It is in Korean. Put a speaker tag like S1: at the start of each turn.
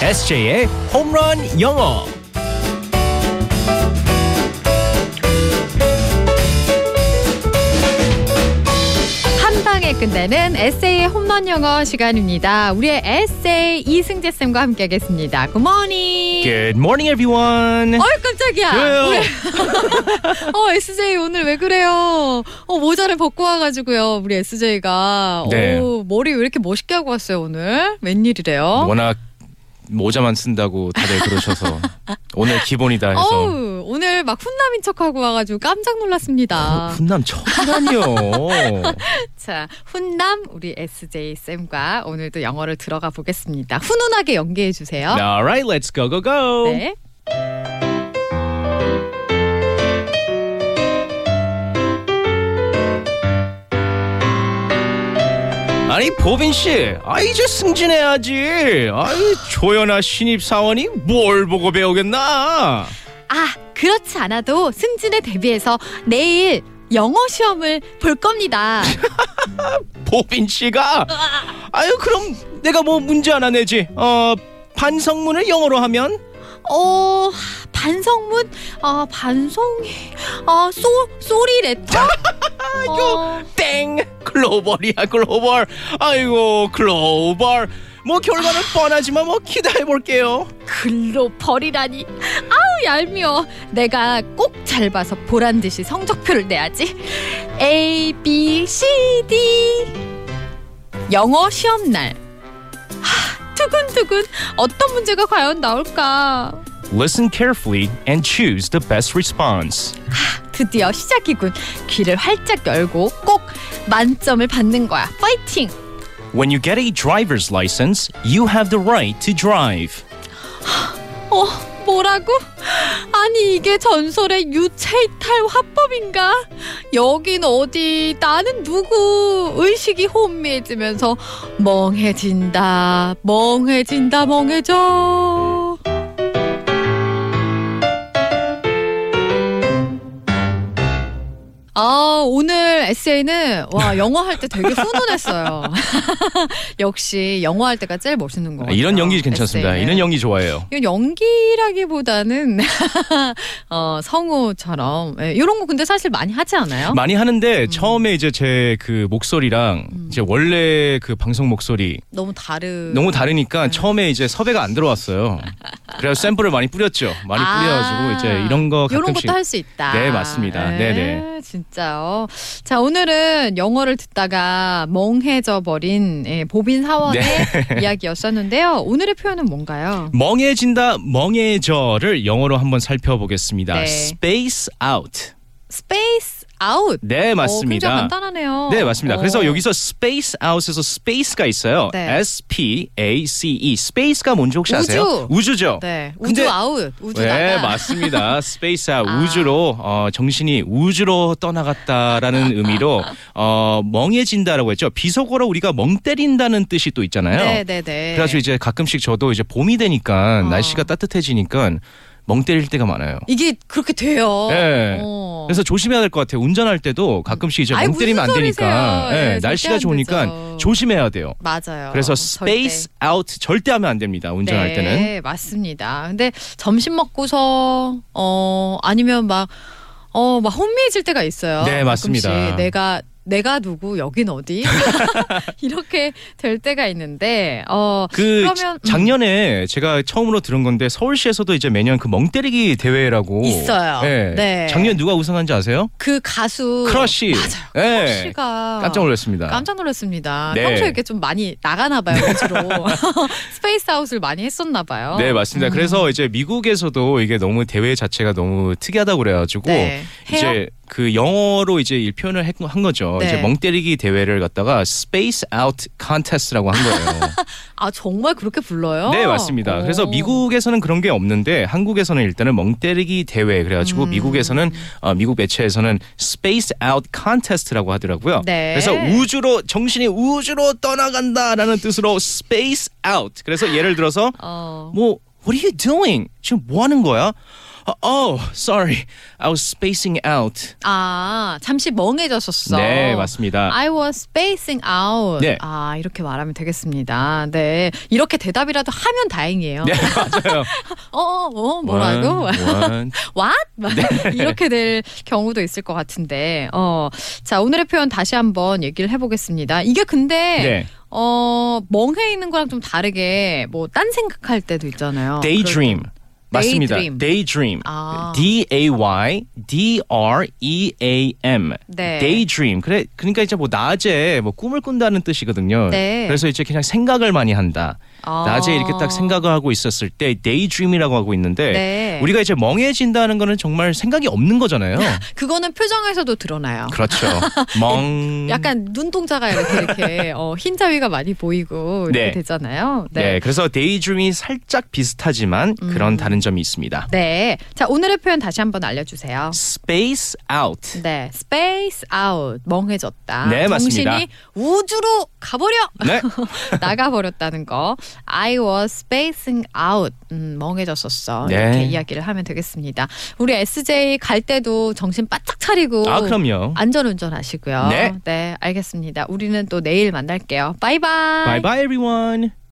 S1: SJ의 홈런 영어.
S2: 한 방에 끝내는 에세이 홈런 영어 시간입니다. 우리의 에세이 이승재 쌤과 함께하겠습니다. 굿모닝.
S3: 예.
S1: Good morning, everyone.
S2: 어이 깜짝이야.
S1: 왜요?
S2: 우리- 어 SJ 오늘 왜 그래요? 어 모자를 벗고 와가지고요. 우리 SJ가
S3: 네.
S2: 오 머리 왜 이렇게 멋있게 하고 왔어요 오늘? 웬일이래요?
S3: 워낙 모자만 쓴다고 다들 그러셔서 오늘 기본이다 해서
S2: 어우 오늘 막 훈남인 척하고 와가지고 깜짝 놀랐습니다.
S3: 훈남
S2: 어?
S3: 천안이요.
S2: 자 훈남 우리 SJ 쌤과 오늘도 영어를 들어가 보겠습니다. 훈훈하게 연기해 주세요.
S1: All right, let's go, go, go.
S2: 네.
S1: 아니 보빈 씨, 아 이제 승진해야지. 아이 조연아 신입 사원이 뭘 보고 배우겠나?
S2: 아, 그렇지 않아도 승진에 대비해서 내일 영어 시험을 볼 겁니다.
S1: 보빈 씨가 아유 그럼 내가 뭐 문제 하나 내지. 어 반성문을 영어로 하면
S2: 어, 반성문, 아, 반송이, 아, 쏘, 쏘리 레터. 어,
S1: 땡 글로벌이야 글로벌. 아이고 글로벌. 뭐 결과는
S2: 아.
S1: 뻔하지만 뭐 기대해 볼게요.
S2: 글로벌이라니. 아우, 얄미워. 내가 꼭 잘 봐서 보란 듯이 성적표를 내야지. A, B, C, D. 영어 시험 날. 하, 두근두근 어떤 문제가 과연 나올까?
S1: Listen carefully and choose the best response.
S2: 드디어 시작이군. 귀를 활짝 열고 꼭 만점을 받는 거야. 파이팅!
S1: When you get a driver's license, you have the right to drive.
S2: 어, 뭐라고? 아니, 이게 전설의 유체 이탈 화법인가? 여긴 어디, 나는 누구? 의식이 혼미해지면서 멍해진다, 멍해진다, 멍해져. 아, 오늘 에세이는, 와, 영어 할 때 되게 훈훈했어요. 역시, 영어 할 때가 제일 멋있는 거 같아요.
S3: 이런 연기 괜찮습니다.
S2: 에세이는.
S3: 이런 연기 좋아해요.
S2: 이건 연기라기보다는 어, 성우처럼 예, 이런 거 근데 사실 많이 하지 않아요?
S3: 많이 하는데 처음에 이제 제 그 목소리랑
S2: 음.
S3: 이제 원래 그 방송 목소리
S2: 너무 다른
S3: 너무 다르니까 처음에 이제 섭외가 안 들어왔어요. 그래서 샘플을 많이 뿌렸죠. 많이
S2: 아,
S3: 뿌려가지고 이제 이런 거
S2: 이런
S3: 가끔씩
S2: 것도 할 수 있다.
S3: 네, 맞습니다.
S2: 예,
S3: 네네.
S2: 진짜요. 자 오늘은 영어를 듣다가 멍해져 버린 예, 보빈 사원의
S3: 네.
S2: 이야기였었는데요. 오늘의 표현은 뭔가요?
S3: 멍해진다 멍해져를 영어로 한번 살펴보겠습니다.
S2: 네.
S3: Space out.
S2: Space out.
S3: 네 맞습니다.
S2: 어, 굉장히 간단하네요.
S3: 네 맞습니다.
S2: 어.
S3: 그래서 여기서 space out에서 space가 있어요.
S2: 네.
S3: S P A C E. space가 뭔지 혹시 아세요?
S2: 우주.
S3: 우주죠.
S2: 네 우주
S3: 근데-
S2: 아웃 우주
S3: 네
S2: 나가.
S3: 맞습니다. space out
S2: 아.
S3: 우주로 어, 정신이 우주로 떠나갔다라는 의미로 어, 멍해진다라고 했죠. 비속어로 우리가 멍 때린다는 뜻이 또 있잖아요.
S2: 네네네.
S3: 그래가지고 이제 가끔씩 저도 이제 봄이 되니까
S2: 어.
S3: 날씨가 따뜻해지니까 멍 때릴 때가 많아요.
S2: 이게 그렇게 돼요.
S3: 예.
S2: 어.
S3: 그래서 조심해야 될 것 같아요. 운전할 때도 가끔씩 이제
S2: 아이,
S3: 멍 때리면 안
S2: 무슨
S3: 되니까
S2: 소리세요. 예,
S3: 예,
S2: 절대
S3: 날씨가
S2: 안
S3: 좋으니까
S2: 되죠.
S3: 조심해야 돼요.
S2: 맞아요.
S3: 그래서
S2: 절대.
S3: 스페이스 아웃 절대 하면 안 됩니다. 운전할
S2: 네,
S3: 때는.
S2: 맞습니다. 근데 점심 먹고서 어 아니면 막 어, 막 혼미해질 때가 있어요.
S3: 네, 맞습니다.
S2: 가끔씩 내가 내가 누구 여긴 어디 이렇게 될 때가 있는데 어
S3: 그
S2: 그러면, 음.
S3: 작년에 제가 처음으로 들은 건데 서울시에서도 이제 매년 그 멍 때리기 대회라고
S2: 있어요.
S3: 예.
S2: 네.
S3: 작년 누가 우승한지 아세요?
S2: 그 가수
S3: 크러쉬.
S2: 맞아요.
S3: 예.
S2: 크러쉬가
S3: 깜짝 놀랐습니다.
S2: 깜짝 놀랐습니다.
S3: 네.
S2: 평소에 이렇게 좀 많이 나가나 봐요, 주로. 스페이스 아웃을 음. 많이 했었나 봐요.
S3: 네 맞습니다. 그래서 이제 미국에서도 이게 너무 대회 자체가 너무 특이하다고 그래가지고
S2: 네. 해요?
S3: 이제 그 영어로 이제 이 표현을 했- 한 거죠.
S2: 네.
S3: 이제 멍 때리기 대회를 갖다가 Space Out Contest라고 한 거예요.
S2: 아 정말 그렇게 불러요?
S3: 네 맞습니다. 그래서
S2: 오.
S3: 미국에서는 그런 게 없는데 한국에서는 일단은 멍 때리기 대회 그래가지고
S2: 음.
S3: 미국에서는 어, 미국 매체에서는 Space Out Contest라고 하더라고요.
S2: 네.
S3: 그래서 우주로 정신이 우주로 떠나간다라는 뜻으로 Space Out. 그래서 예를 들어서
S2: 어.
S3: 뭐 What are you doing? 지금 뭐 하는 거야? Oh, sorry. I was spacing out.
S2: 아, 잠시 멍해졌었어.
S3: 네, 맞습니다.
S2: I was spacing out.
S3: 네.
S2: 아, 이렇게 말하면 되겠습니다. 네. 이렇게 대답이라도 하면 다행이에요.
S3: 네, 맞아요.
S2: 어, 어, 어, 뭐라고?
S3: One, one. 네.
S2: What? 막 이렇게 될 경우도 있을 것 같은데. 어. 자, 오늘의 표현 다시 한번 얘기를 해보겠습니다. 이게 근데,
S3: 네.
S2: 어, 멍해 있는 거랑 좀 다르게, 뭐, 딴 생각할 때도 있잖아요.
S3: Daydream. 맞습니다.
S2: Daydream.
S3: Daydream.
S2: 아.
S3: D A Y D R E A M.
S2: 네.
S3: Daydream. 그래 그러니까 이제 뭐 낮에 뭐 꿈을 꾼다는 뜻이거든요.
S2: 네.
S3: 그래서 이제 그냥 생각을 많이 한다.
S2: 아.
S3: 낮에 이렇게 딱 생각을 하고 있었을 때 Daydream이라고 하고 있는데
S2: 네.
S3: 우리가 이제 멍해진다는 거는 정말 생각이 없는 거잖아요.
S2: 그거는 표정에서도 드러나요.
S3: 그렇죠. 멍.
S2: 약간 눈동자가 이렇게 이렇게 어, 흰자위가 많이 보이고 이렇게
S3: 네.
S2: 되잖아요.
S3: 네.
S2: 네.
S3: 그래서 Daydream이 살짝 비슷하지만 그런 다른 점이 있습니다.
S2: 네. 자, 오늘의 표현 다시 한번 알려주세요.
S3: Space out.
S2: 네, space out 멍해졌다.
S3: 네, 맞습니다.
S2: 정신이 우주로 가버려
S3: 네.
S2: 나가버렸다는 거. I was spacing out 음, 멍해졌었어.
S3: 네.
S2: 이렇게 이야기를 하면 되겠습니다. 우리 SJ 갈 때도 정신 바짝 차리고
S3: 아 그럼요.
S2: 안전운전 하시고요.
S3: 네.
S2: 알겠습니다. 우리는 또 내일 만날게요. 바이바이.
S3: Bye bye everyone.